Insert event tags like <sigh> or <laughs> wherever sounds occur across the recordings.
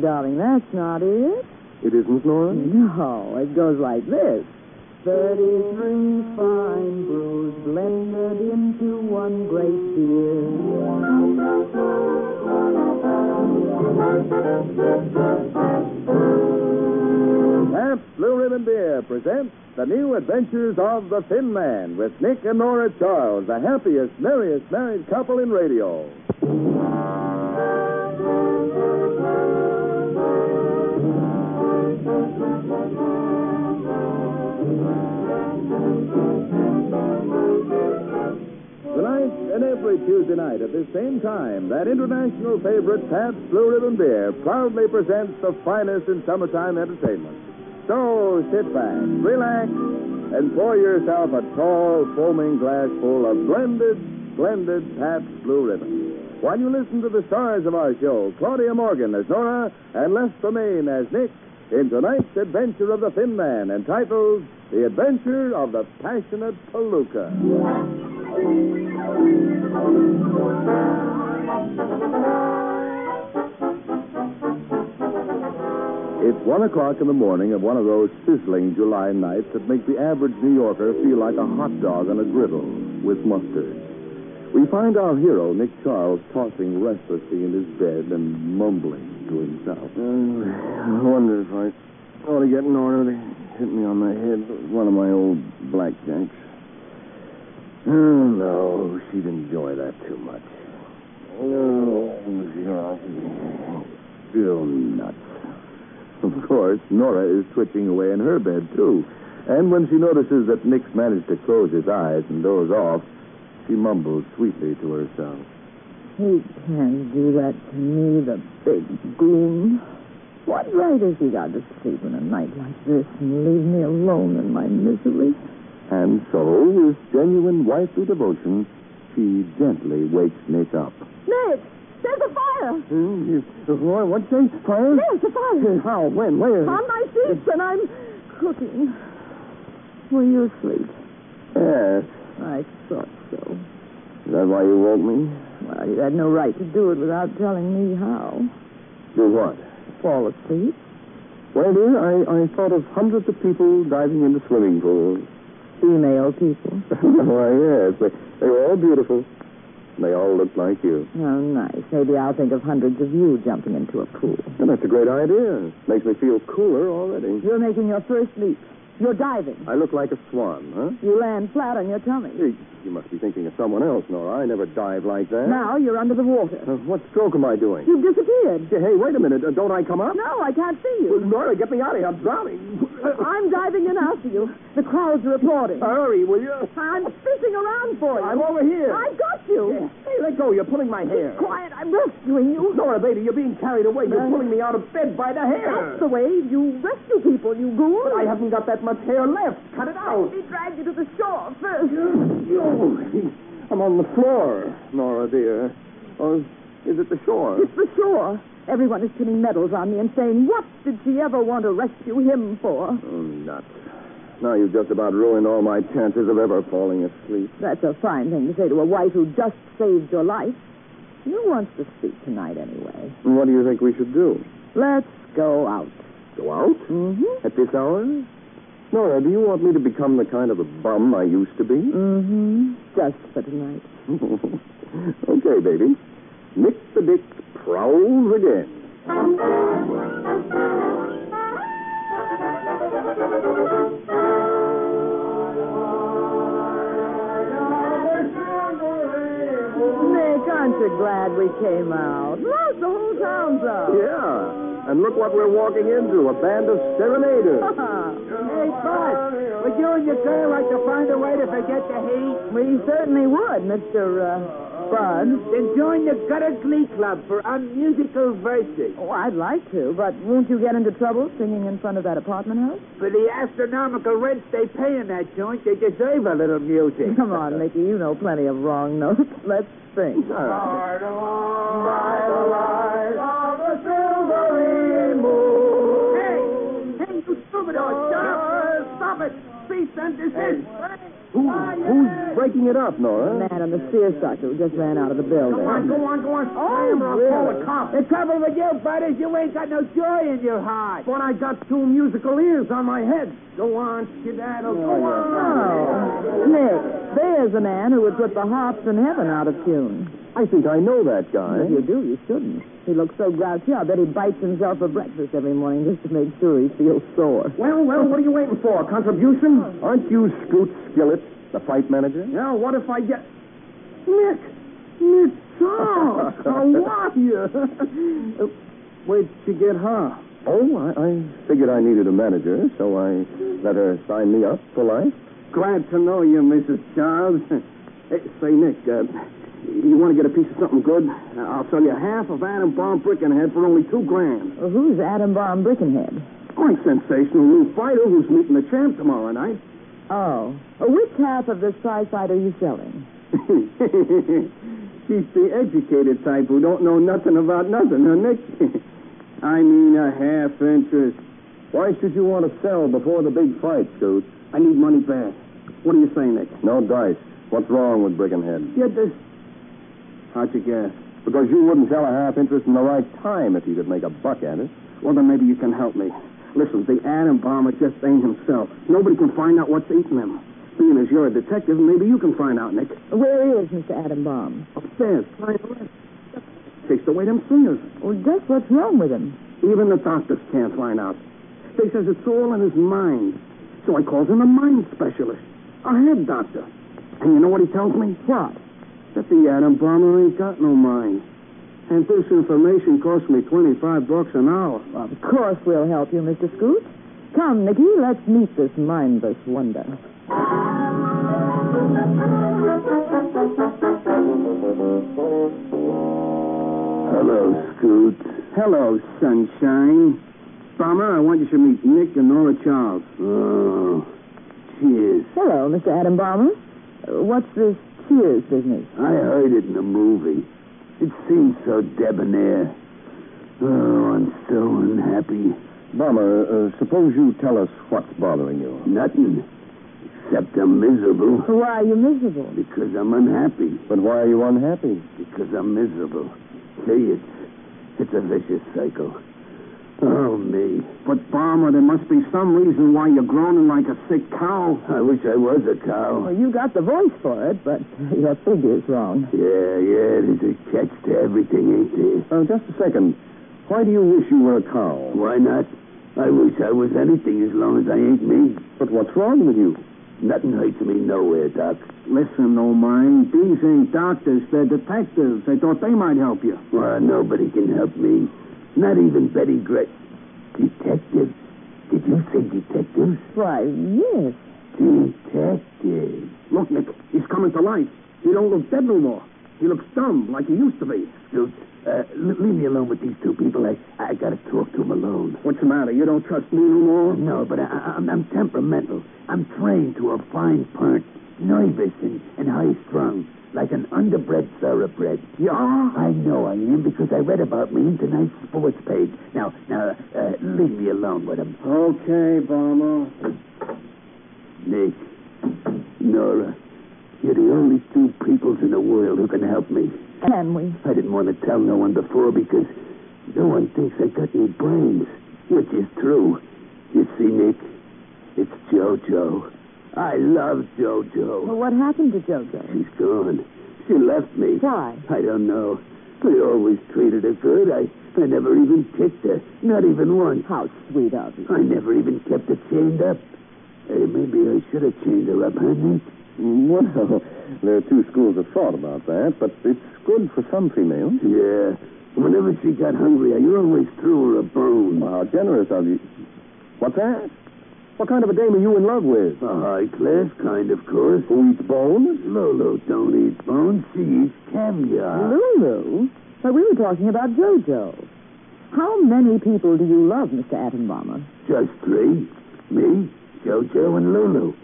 darling, that's not it. It isn't, Nora? No, it goes like this. 33 fine brews blended into one great beer. Pabst Blue Ribbon Beer presents The New Adventures of the Thin Man with Nick and Nora Charles, the happiest, merriest married couple in radio. Tonight and every Tuesday night at this same time, that international favorite Pabst Blue Ribbon Beer proudly presents the finest in summertime entertainment. So sit back, relax, and pour yourself a tall, foaming glass full of blended, splendid Pabst Blue Ribbon. While you listen to the stars of our show, Claudia Morgan as Nora and Lester Maine as Nick, in tonight's adventure of the Thin Man, entitled The Adventure of the Passionate Palooka. It's one o'clock in the morning of one of those sizzling July nights that make the average New Yorker feel like a hot dog on a griddle with mustard. We find our hero, Nick Charles, tossing restlessly in his bed and mumbling to himself. Uh, I wonder if I ought to get an order to hit me on the head with one of my old blackjacks. Oh, no, she'd enjoy that too much. Oh, yeah, she'd go nuts. Of course, Nora is twitching away in her bed, too. And when she notices that Nick's managed to close his eyes and doze off, she mumbles sweetly to herself. He can't do that to me, the big goon. What right has he got to sleep on a night like this and leave me alone in my misery? And so, with genuine wifely devotion, she gently wakes Nick up. Nick, there's a fire. Hmm? Uh, What, what's that? Fire? There's a fire. Uh, How? When? Where? On my seats, and I'm cooking. Will you asleep? Yes. I thought so. Is that why you woke me? Well, you had no right to do it without telling me how. Do what? Fall asleep. Well, dear, I, I thought of hundreds of people diving into swimming pools. Female people. <laughs> Why, yes. They, they were all beautiful. And They all looked like you. How Oh, nice. Maybe I'll think of hundreds of you jumping into a pool. Well, that's a great idea. Makes me feel cooler already. You're making your first leap. You're diving. I look like a swan, huh? You land flat on your tummy. You, you must be thinking of someone else, Nora. I never dive like that. Now you're under the water. Uh, what stroke am I doing? You've disappeared. Hey, Hey, wait a minute. Uh, don't I come up? No, I can't see Well, you. Nora, get me out of here. I'm drowning. Uh, I'm diving in after you. The crowd's reporting. Hurry, will you? I'm fishing around for you. I'm over here. I got you. Hey, let go. You're pulling my hair. Quiet, I'm rescuing you. Nora, baby, you're being carried away. You're Uh, pulling me out of bed by the hair. That's the way you rescue people, you goon. I haven't got that much hair left. Cut it out. He dragged you to the shore first. Oh, I'm on the floor, Nora, dear. Or is it the shore? It's the shore. Everyone is pinning medals on me and saying, what did she ever want to rescue him for? Oh, nuts. Now you've just about ruined all my chances of ever falling asleep. That's a fine thing to say to a wife who just saved your life. Who wants to speak tonight anyway? And What do you think we should do? Let's go out. Go out? Mm-hmm. At this hour? Nora, do you want me to become the kind of a bum I used to be? <laughs> Mm-hmm. Just for tonight. okay, baby. Nick the Dick prowls again. Nick, aren't you glad we came out? Look, the whole town's out. Yeah. And look what we're walking into a band of serenaders. <laughs> hey, Bud, would you and your girl like to find a way to forget the heat? We certainly would, Mr. Uh, Bud. Then join the Gutter Glee Club for unmusical verses. Oh, I'd like to, but won't you get into trouble singing in front of that apartment house? For the astronomical rents they pay in that joint, they deserve a little <laughs> music. Come on, Mickey, you know plenty of wrong notes. <laughs> Let's sing. All right. Hey, hey, you troubadour, stop! Stop it! Cease and desist! Who Who, who's breaking it up, Nora? Man on the seersucker who just ran out of the building. Go on, go on, go on. Oh, Slam or I'll call the really? cops. The trouble with you, bud, is you ain't got no joy in your heart. When I got two musical ears on my head. Go on, skedaddle, go on. Oh, Nick, there's a man who would put the harps in heaven out of tune. I think I know that guy. If you do, you shouldn't. He looks so grouchy, I bet he bites himself for breakfast every morning just to make sure he feels sore. Well, well, what are you waiting for? A contribution? Aren't you Scoot Skillet, the fight manager? Now, what if I get... Nick! Nick Charles! How are you? Uh, Where'd you get her? Oh, I, I figured I needed a manager, so I let her sign me up for life. Glad to know you, Mrs. Charles. <laughs> Hey, say, Nick, uh, you want to get a piece of something good? I'll sell you half of Adam Bomb Brickenhead for only two grand. Well, who's Adam Bomb Brickenhead? My sensational new fighter who's meeting the champ tomorrow night. <laughs> Oh. Which half of this prize fight are you selling? She's the educated type who don't know nothing about nothing, huh, Nick? <laughs> I mean a half interest. Why should you want to sell before the big fight, Scoot? I need money back. What do you say, Nick? No dice. What's wrong with Brickenhead? Get this. How'd you guess? Because you wouldn't sell a half interest in the right time if you could make a buck at it. Well, then maybe you can help me. Listen, the atom bomber just ain't himself. Nobody can find out what's eating him. Being as you're a detective, maybe you can find out, Nick. Where is Mr. Adam Bomb? Upstairs, trying to rest. Takes away them singers. Well, just what's wrong with him? Even the doctors can't find out. They says it's all in his mind. So I calls in a mind specialist, a head doctor. And you know what he tells me? What? That the atom bomber ain't got no mind. And this information cost me 25 bucks an hour. Well, of course we'll help you, Mr. Scoot. Come, Nicky, let's meet this mindless wonder. Hello, Scoot. Hello, sunshine. Bomber, I want you to meet Nick and Nora Charles. Oh, cheers. Hello, Mr. Adam Bomber. Uh, What's this cheers business? I heard it in a movie. It seemed so debonair. Oh, I'm so unhappy. Bomber, uh, suppose you tell us what's bothering you. Nothing. Except I'm miserable. Why are you miserable? Because I'm unhappy. But why are you unhappy? Because I'm miserable. See, it's, it's a vicious cycle. Oh, me. But, Bomber, there must be some reason why you're groaning like a sick cow. I wish I was a cow. Well, Oh, you got the voice for it, but <laughs> your figure's wrong. Yeah, yeah, there's a catch to everything, ain't there? Uh, just a second. Why do you wish you were a cow? Why not? I wish I was anything as long as I ain't me. But what's wrong with you? Nothing hurts me nowhere, Doc. Listen, no mind. These ain't doctors. They're detectives. I thought they might help you. Well, nobody can help me. Not even Betty Gray. Detectives? Did you say detectives? Why, yes. Detectives. Look, Nick, he's coming to life. He don't look dead no more. He looks dumb, like he used to be. Scoot, uh, l- leave me alone with these two people. I, I gotta talk to them alone. Oh, What's the matter? You don't trust me no more? No, but I, I- I'm, I'm temperamental. I'm trained to a fine point, nervous and, and high strung, like an underbred thoroughbred. You are? I know I am because I read about me in tonight's sports page. Now, now, uh, leave me alone with him. Okay, Bomber. Nick, Nora, you're the only two peoples in the world who can help me. Can we? I didn't want to tell no one before because no one thinks I got any brains, which is true. You see, Nick, it's JoJo. I love Well, JoJo. what happened to JoJo? She's gone. She left me. Why? I don't know. I always treated her good. I, I never even kicked her, not even once. How sweet of you. I never even kept her chained up. Hey, maybe I should have chained her up, huh, Nick? Well, <laughs> there are two schools of thought about that, but it's good for some females. Yeah. Whenever she got hungry, I always threw her a bone. Well, how generous of you. What's that? What kind of a dame are you in love with? A high class kind, of course. Who eats bones? Lolo don't eat bones. She eats caviar. Lulu? But we were talking about JoJo. How many people do you love, Mr. Adam Bomber? Just three. Me, JoJo, and Lulu.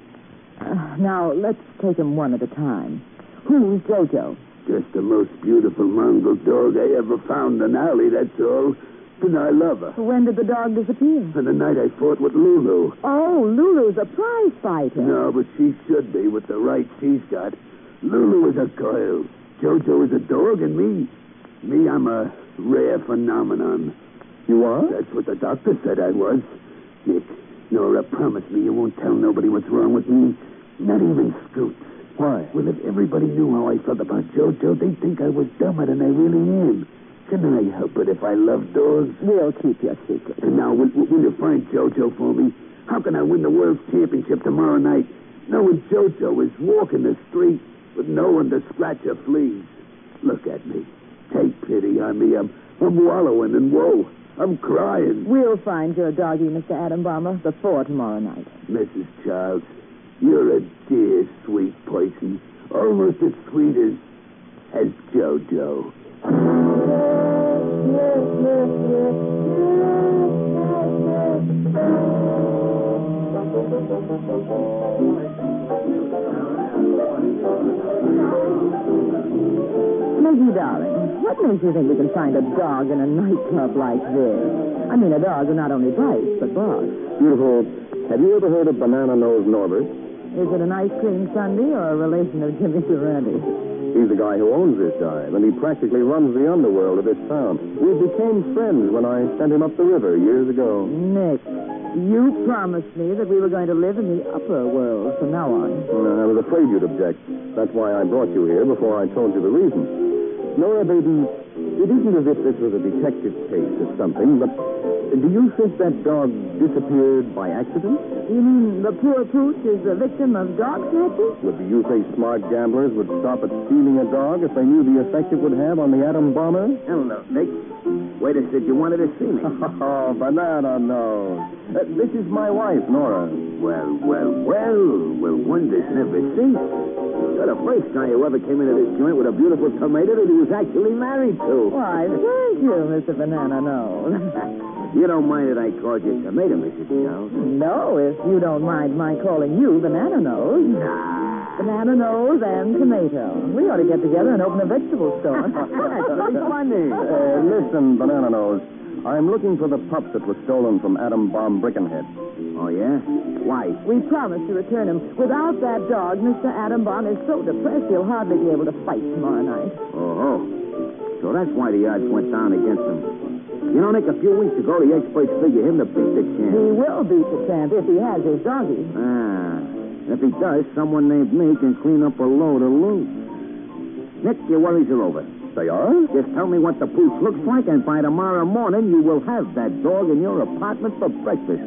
Uh, now, let's take them one at a time. Who's JoJo? Just the most beautiful mongrel dog I ever found in alley, that's all. Didn't I love her? When did the dog disappear? And the night I fought with Lulu. Oh, Lulu's a prize fighter. No, but she should be with the right she's got. Lulu is a girl. Jojo is a dog, and me, me, I'm a rare phenomenon. You are? That's what the doctor said I was. Dick, Nora, promise me you won't tell nobody what's wrong with me. Not even Scoot. Why? Well, if everybody knew how I felt about Jojo, they'd think I was dumber than I really am. Can I help it if I love dogs? We'll keep your secret. And now, will, will you find JoJo for me? How can I win the world championship tomorrow night knowing JoJo is walking the street with no one to scratch her fleas? Look at me. Take pity on me. I'm, I'm wallowing in woe. I'm crying. We'll find your doggy, Mr. Adam Bomber, before tomorrow night. Mrs. Childs, you're a dear, sweet person. Almost as sweet as, as JoJo. Maggie, darling, what makes you think we can find a dog in a nightclub like this? I mean, a dog who not only bites, but barks. Beautiful. Have you ever heard of Banana Nose Norbert? Is it an ice cream sundae or a relation of Jimmy Durante? He's the guy who owns this dive, and he practically runs the underworld of this town. We became friends when I sent him up the river years ago. Nick, you promised me that we were going to live in the upper world from now on. And I was afraid you'd object. That's why I brought you here before I told you the reason. Nora, baby, it isn't as if this was a detective case or something, but do you think that dog disappeared by accident? You mean the poor pooch is the victim of dog snatching? Well, do you think smart gamblers would stop at stealing a dog if they knew the effect it would have on the atom bomber? <laughs> Hello, Vic. Waiter said you wanted to see me. Oh, banana nose. Uh, this is my wife, Nora. <laughs> Well, well, well, well, wonders never cease. You're the first guy who ever came into this joint with a beautiful tomato that he was actually married to. <laughs> Why, thank you, Mr. Banana Nose. <laughs> you don't mind that I called you tomato, Mrs. Jones? No, if you don't mind my calling you Banana Nose. Nah. Banana Nose and Tomato. We ought to get together and open a vegetable store. <laughs> That's very funny. Uh, listen, Banana Nose. I'm looking for the pup that was stolen from Adam Bomb Brickenhead. Oh, yeah? Why? We promised to return him. Without that dog, Mr. Adambaum is so depressed he'll hardly be able to fight tomorrow night. Oh, oh. Uh-huh. So that's why the odds went down against him. You know, Nick, a few weeks ago, the experts figure him to beat the champ. He will beat the champ if he has his doggy. Ah. If he does, someone named me can clean up a load of loot. Nick, your worries are over. They are? Just tell me what the pooch looks like, and by tomorrow morning, you will have that dog in your apartment for breakfast.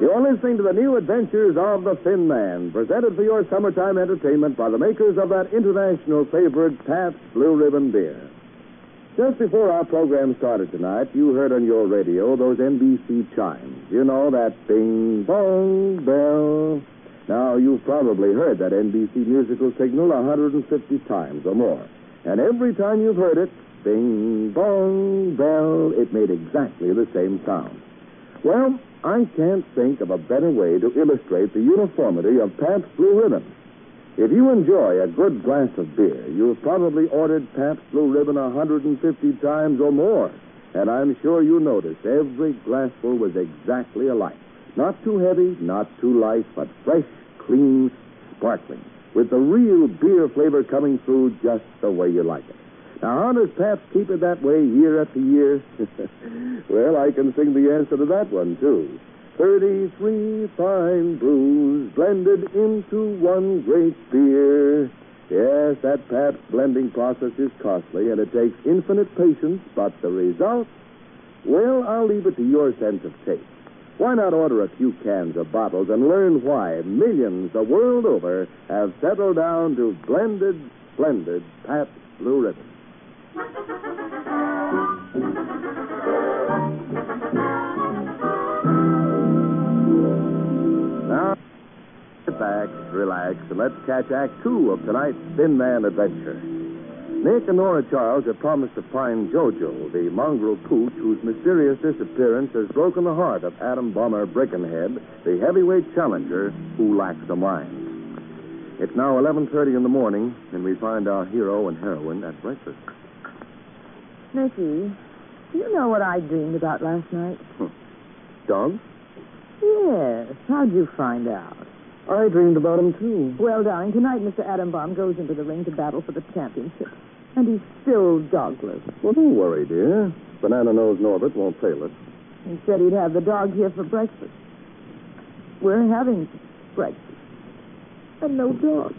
You're listening to the new adventures of the Thin Man, presented for your summertime entertainment by the makers of that international favorite, Pabst Blue Ribbon Beer. Just before our program started tonight, you heard on your radio those NBC chimes. You know, that bing bong bell. Now, you've probably heard that NBC musical signal 150 times or more. And every time you've heard it, bing bong bell, it made exactly the same sound. Well, I can't think of a better way to illustrate the uniformity of Pabst Blue Ribbon. If you enjoy a good glass of beer, you've probably ordered Pabst Blue Ribbon 150 times or more. And I'm sure you noticed every glassful was exactly alike. Not too heavy, not too light, but fresh, clean, sparkling. With the real beer flavor coming through just the way you like it. Now, how does Pabst keep it that way year after year? <laughs> well, I can sing the answer to that one, too. 33 fine brews blended into one great beer. Yes, that Pabst blending process is costly and it takes infinite patience, but the result? Well, I'll leave it to your sense of taste. Why not order a few cans or bottles and learn why millions the world over have settled down to blended, splendid Pabst Blue Ribbon? Now, sit back, relax, and let's catch Act Two of tonight's Thin Man Adventure. Nick and Nora Charles have promised to find Jojo, the mongrel pooch whose mysterious disappearance has broken the heart of Adam Bomber Brickenhead, the heavyweight challenger who lacks a mind. It's now 11.30 in the morning, and we find our hero and heroine at breakfast. Mickey, do you know what I dreamed about last night? Dogs? Yes. How'd you find out? I dreamed about him, too. Well, darling, tonight Mr. Adambaum goes into the ring to battle for the championship. And he's still dogless. Well, don't worry, dear. Banana Nose Norbert won't fail us. He said he'd have the dog here for breakfast. We're having breakfast. And no dog.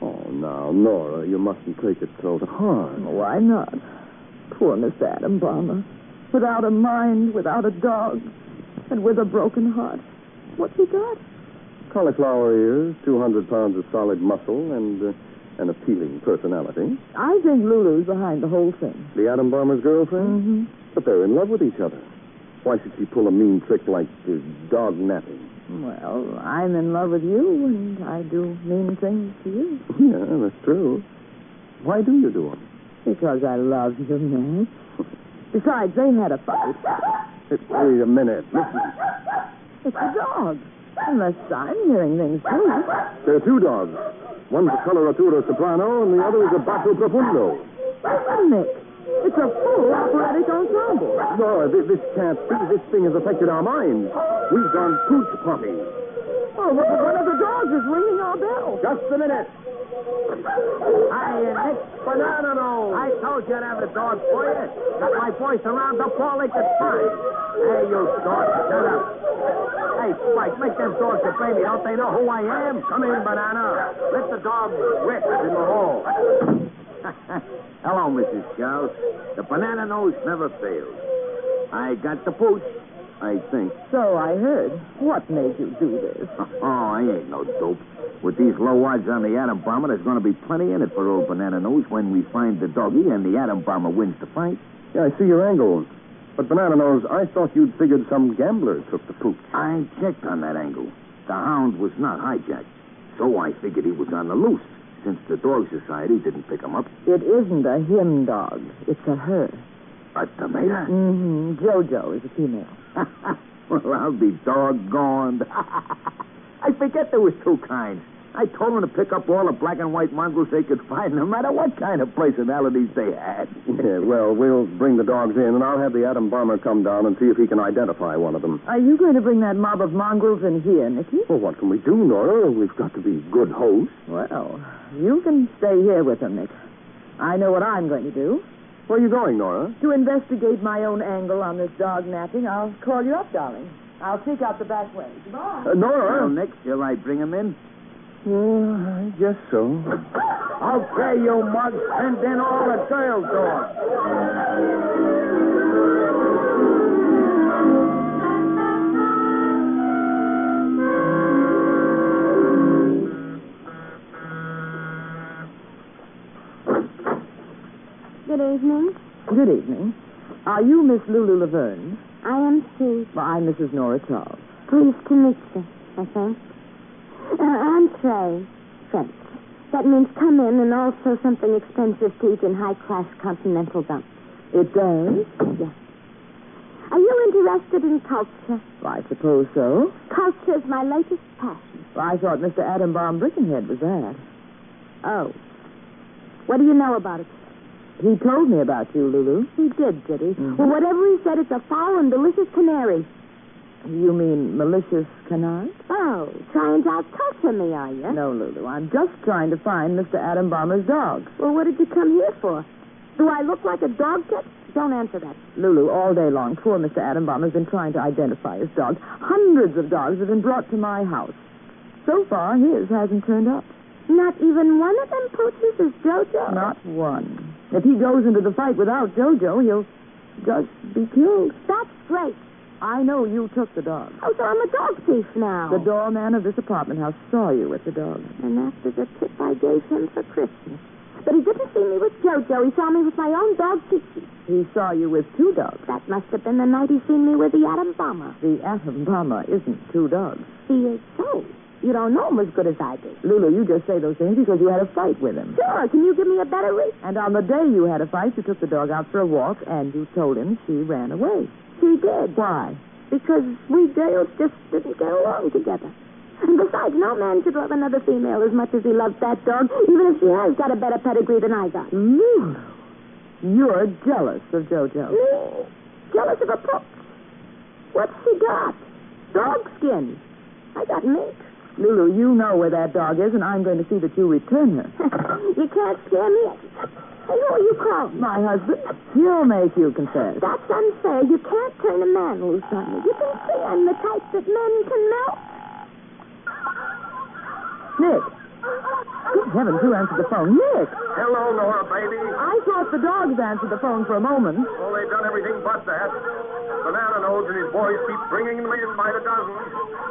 Oh, now, Nora, you mustn't take it so to heart. Why not? Poor Mr. Adam Bomber. Without a mind, without a dog, and with a broken heart. What's he got? Cauliflower ears, 200 pounds of solid muscle, and uh, an appealing personality. I think Lulu's behind the whole thing. The Adam Bomber's girlfriend? Mm-hmm. But they're in love with each other. Why should she pull a mean trick like uh, dog napping? <laughs> Well, I'm in love with you, and I do mean things to you. Yeah, that's true. Why do you do them? Because I love you, Matt. Besides, they had a fight. Wait a minute. Listen. It's a dog. Unless I'm hearing things too. There are two dogs. One's a coloratura soprano, and the other is a basso profundo. Nick, it's a full operatic ensemble. Nora, this, this can't be. This thing has affected our minds. We've gone pooch potty. Oh, one one of the dogs is ringing our bell. Just a minute. Hi, Nick. Banana nose. I told you I'd have the dog for you. Got my boys around up all they could find. Hey, you dog, shut up. Hey, Spike, make them dogs a baby. Don't they know who I am? Come in, Banana. Let the dog rest in the hall. <laughs> Hello, Mrs. Charles. The banana nose never fails. I got the pooch, I think. So I heard. What made you do this? <laughs> Oh, I ain't no dope. With these low odds on the atom bomber, there's going to be plenty in it for old Banana Nose when we find the doggy and the atom bomber wins the fight. Yeah, I see your angle. But, Banana Nose, I thought you'd figured some gambler took the pooch. I checked on that angle. The hound was not hijacked, so I figured he was on the loose since the Dog Society didn't pick him up. It isn't a him dog. It's a her. A tomato? Mm-hmm. Jojo is a female. <laughs> well, I'll be doggoned. <laughs> I forget there was two kinds. I told them to pick up all the black and white mongrels they could find, no matter what kind of personalities they had. <laughs> Yeah, well, we'll bring the dogs in, and I'll have the atom bomber come down and see if he can identify one of them. Are you going to bring that mob of mongrels in here, Nicky? Well, what can we do, Nora? We've got to be good hosts. Well, you can stay here with them, Nick. I know what I'm going to do. Where are you going, Nora? To investigate my own angle on this dog napping, I'll call you up, darling. I'll sneak out the back way. Goodbye. Uh, Well, Nora? Nick, shall I bring him in? Yeah, I guess so. Okay, you mug, send in all the girl dogs. Good evening. Good evening. Are you Miss Lulu Laverne? I am Sue. Well, I'm Mrs. Nora Charles. Pleased to meet you, I think. Uh, entree, French. That means come in and also something expensive to eat in high-class continental dump. It does? Yes. Are you interested in culture? I suppose so. Culture is my latest passion. Well, I thought Mr. Adam Bomb Brickenhead was that. Oh. What do you know about it? He told me about you, Lulu. He did, did he? Mhm. Well, whatever he said, it's a foul and delicious canary. You mean malicious canard? Oh, trying to out-culture me, are you? No, Lulu. I'm just trying to find Mr. Adam Bomber's dog. Well, what did you come here for? Do I look like a dog cat? Don't answer that. Lulu, all day long, poor Mr. Adam Bomber's been trying to identify his dog. Hundreds of dogs have been brought to my house. So far, his hasn't turned up. Not even one of them pooches is Jojo. Not one. If he goes into the fight without Jojo, he'll just be killed. That's great. I know you took the dog. Oh, so I'm a dog thief now. The doorman of this apartment house saw you with the dog. And after the tip I gave him for Christmas. But he didn't see me with Jojo. He saw me with my own dog, Kiki. He saw you with two dogs. That must have been the night he seen me with the atom bomber. The atom bomber isn't two dogs. He is so. You don't know him as good as I do. Lulu, you just say those things because you had a fight with him. Sure, can you give me a better reason? And on the day you had a fight, you took the dog out for a walk and you told him she ran away. She did, Why? because we girls just didn't get along together. And besides, no man should love another female as much as he loves that dog, even if she has got a better pedigree than I got. Lulu, you're jealous of JoJo. Me? Jealous of a pooch? What's she got? Dog skin. I got meat. <laughs> Lulu, you know where that dog is, and I'm going to see that you return her. <laughs> you can't scare me. Hey, who are you calling? My husband, he'll make you confess. That's unfair. You can't turn a man loose on me. You can see I'm the type that men can melt. Nick. Good heavens, who answered the phone? Nick! Hello, Nora, baby. I thought the dogs answered the phone for a moment. Well, oh, they've done everything but that. Banana Nose and his boys keep bringing me in by the dozen.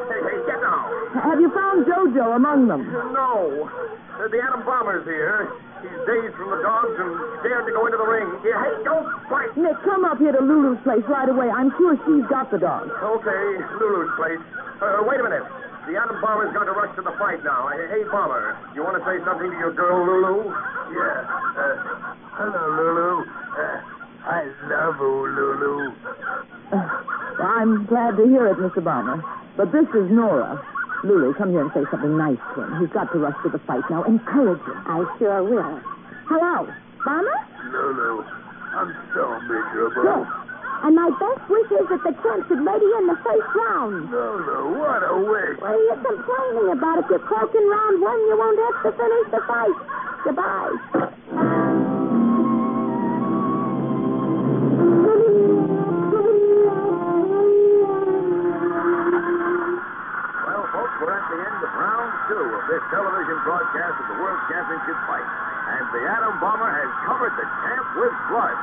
Hey, hey, get down. Have you found JoJo among them? No. Uh, The atom bomber's here. He's dazed from the dogs and scared to go into the ring. Yeah, hey, don't fight. Nick, come up here to Lulu's place right away. I'm sure she's got the dog. Okay, Lulu's place. Uh, wait a minute. The atom bomber's got to rush to the fight now. Uh, Hey, bomber, you want to say something to your girl, Lulu? Yeah. Uh, hello, Lulu. Uh, I love old Lulu. I'm glad to hear it, Mr. Bomber. But this is Nora. Lulu, come here and say something nice to him. He's got to rush to the fight now. Encourage him. I sure will. Hello, Mama? Lulu, I'm so Yes. miserable. And my best wish is that the champ should lady in the first round. Lulu, what a wish. What are you complaining about? If you're croaking round one, you won't have to finish the fight. Goodbye. Well, folks, we're at the end of round two of this television broadcast of the World Championship fight. And the Atom Bomber has covered the champ with blood.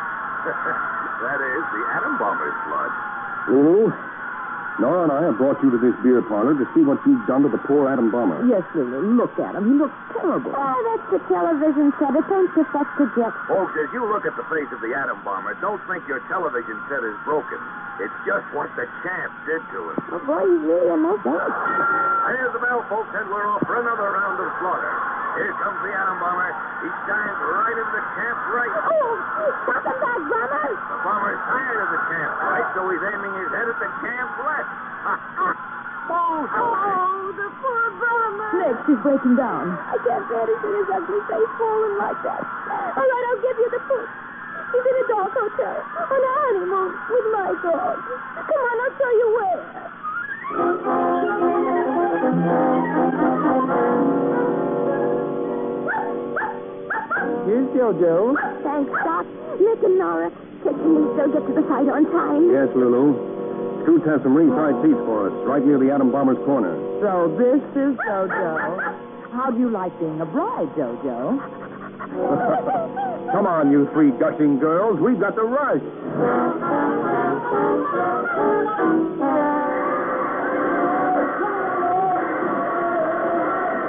that is, the Atom Bomber's blood. Lulu, Nora and I have brought you to this beer parlor to see what you've done to the poor atom bomber. Yes, Lulu, look at him. He looks terrible. Oh, that's the television set. It ain't just that projection. Folks, as you look at the face of the Atom Bomber, don't think your television set is broken. It's just what the champ did to him. Oh, boy, he's really in this age. There's the bell, folks, and we're off for another round of slaughter. Here comes the Atom Bomber. He shines right into the champ's right. Oh, stop it, that drummer. The bomber's tired of the champ's right, so he's aiming his head at the champ's left. Bullseye! Oh, the poor drummer. Nick, she's breaking down. I can't bear to see his ugly face falling like that. All right, I'll give you the proof. He's in a dog hotel on a honeymoon with my dog. Come on, I'll show you where. Here's JoJo. Thanks, Doc. Nick and Nora, catch me so get to the fight on time. Yes, Lulu. Scoots has some ringside seats for us, right near the atom bomber's <laughs> corner. So this is JoJo. How do you like being a bride, JoJo? Come on, you three gushing girls. We've got to rush.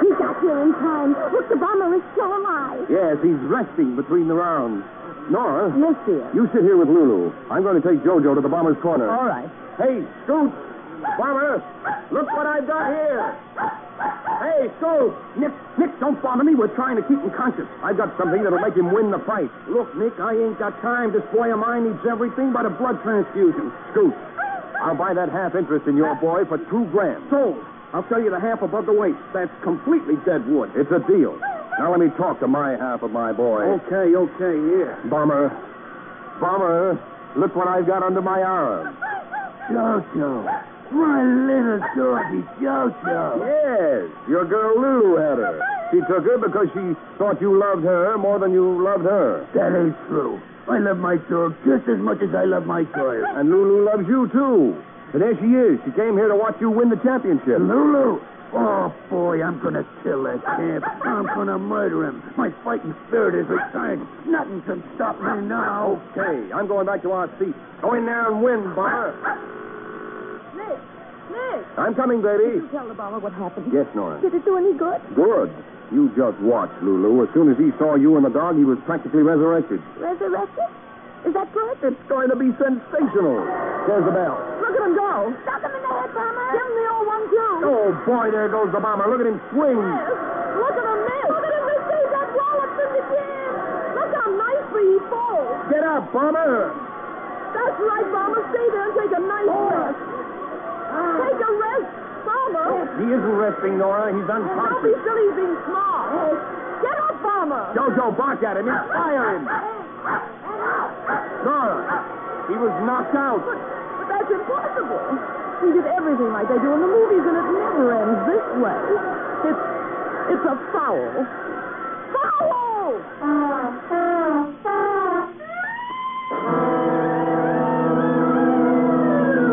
He got here in time. Look, the bomber is still alive. Yes, he's resting between the rounds. Nora, Yes, dear. you sit here with Lulu. I'm going to take JoJo to the bomber's corner. All right. Hey, Scoot! Bomber! Look what I've got here! Hey, Scoot! Nick, Nick, don't bother me. We're trying to keep him conscious. I've got something that'll make him win the fight. Look, Nick, I ain't got time. This boy of mine needs everything but a blood transfusion. Scoot, I'll buy that half interest in your boy for two grand. Sold. I'll sell you the half above the waist. That's completely dead wood. It's a deal. Now let me talk to my half of my boy. Okay, okay, here. Bomber, Bomber, look what I've got under my arm. Jojo. My little doggy Jojo. Yes, your girl Lulu had her. She took her because she thought you loved her more than you loved her. That ain't true. I love my dog just as much as I love my toy. And Lulu loves you, too. And there she is. She came here to watch you win the championship. Lulu! Oh, boy, I'm gonna kill that champ. I'm gonna murder him. My fighting spirit is returned. Nothing can stop me now. Okay, I'm going back to our seat. Go in there and win, Bomber. Nick, Nick. I'm coming, baby. tell the bomber what happened. Yes, Nora. Did it do any good? Good. You just watch, Lulu. As soon as he saw you and the dog, he was practically resurrected. Resurrected? Is that good? It's going to be sensational. There's the bell. Look at him go. Stop him in the head, bomber. Give him the old one, too. Oh, boy, there goes the bomber. Look at him swing. Look at him, Nick. Look at him receive that wallop from the gym. Look how nicely he falls. Get up, Bomber. That's right, Bomber. Stay there and take a nice rest. Take a rest, Bomber. He isn't resting, Nora. He's Don't be unconscious. silly, he's being smart. Get up, Farmer. Jojo, bark at him. Inspire him. Nora, he was knocked out. But, but that's impossible. We did everything like they do in the movies, and it never ends this way. It's, it's a foul. Foul! <laughs> I'm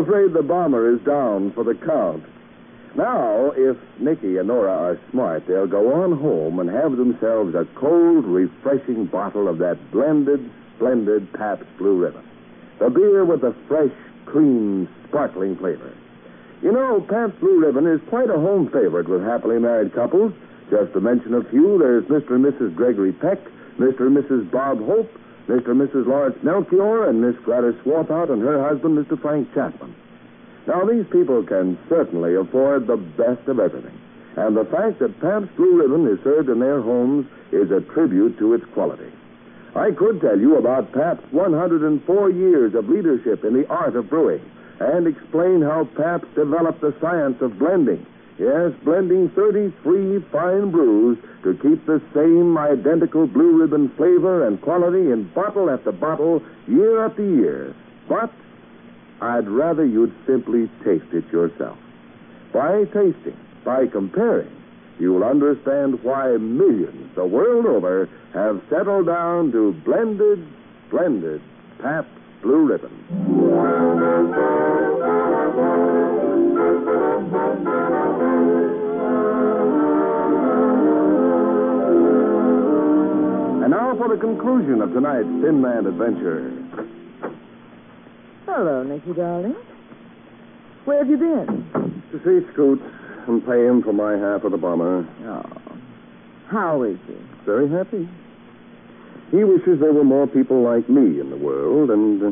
afraid the bomber is down for the count. Now, if Nicky and Nora are smart, they'll go on home and have themselves a cold, refreshing bottle of that blended, splendid Pabst Blue Ribbon. The beer with the fresh, clean, sparkling flavor. You know, Pabst Blue Ribbon is quite a home favorite with happily married couples. Just to mention a few, there's Mr. and Mrs. Gregory Peck, Mr. and Mrs. Bob Hope, Mr. and Mrs. Lawrence Melchior, and Miss Gladys Swarthout and her husband, Mr. Frank Chapman. Now, these people can certainly afford the best of everything. And the fact that Pabst Blue Ribbon is served in their homes is a tribute to its quality. I could tell you about Pabst's 104 years of leadership in the art of brewing and explain how Pabst developed the science of blending. Yes, blending 33 fine brews to keep the same identical blue ribbon flavor and quality in bottle after bottle, year after year. But I'd rather you'd simply taste it yourself. By tasting, by comparing, you'll understand why millions the world over have settled down to blended, blended Pabst Blue Ribbon. And now for the conclusion of tonight's Thin Man adventure. Hello, Nicky, darling. Where have you been? To see Scoots and pay him for my half of the bomber. Oh. How is he? Very happy. He wishes there were more people like me in the world and uh,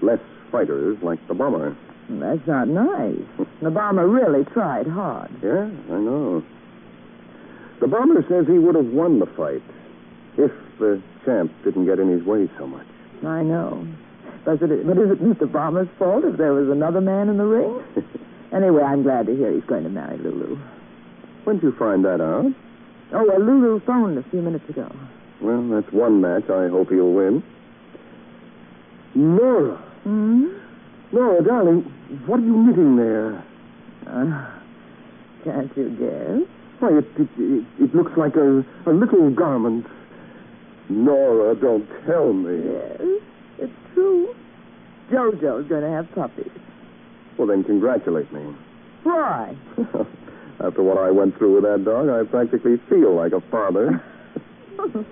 less fighters like the bomber. That's not nice. The bomber really tried hard. Yeah, I know. The bomber says he would have won the fight if the champ didn't get in his way so much. <laughs> I know. But is it, but is it Mr. Bomber's fault if there was another man in the ring? Anyway, I'm glad to hear he's going to marry Lulu. When'd you find that out? Oh, well, Lulu phoned a few minutes ago. Well, that's one match I hope he'll win. Nora! Hmm? Nora, darling, what are you knitting there? Uh, can't you guess? Why, it, it, it, it looks like a, a little garment. Nora, don't tell me. Yes, it's true. Jojo's going to have puppies. Well, then congratulate me. <laughs> Why? After what I went through with that dog, I practically feel like a father. <laughs>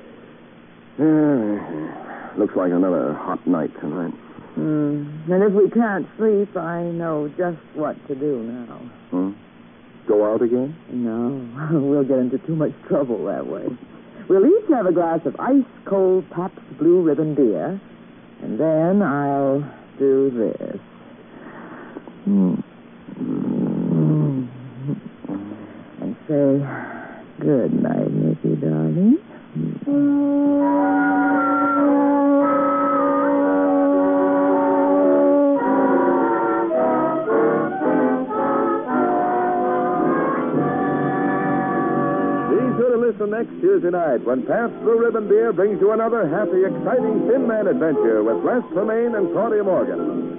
Yeah, looks like another hot night tonight. Hmm. And if we can't sleep, I know just what to do now. Hmm? Go out again? No, <laughs> we'll get into too much trouble that way. We'll each have a glass of ice cold Pabst Blue Ribbon beer, and then I'll do this. Mm. And say, good night, Nicky, darling. Be sure to listen next Tuesday night when Pabst Blue Ribbon Beer brings you another happy, exciting Thin Man adventure with Les Tremaine and Claudia Morgan.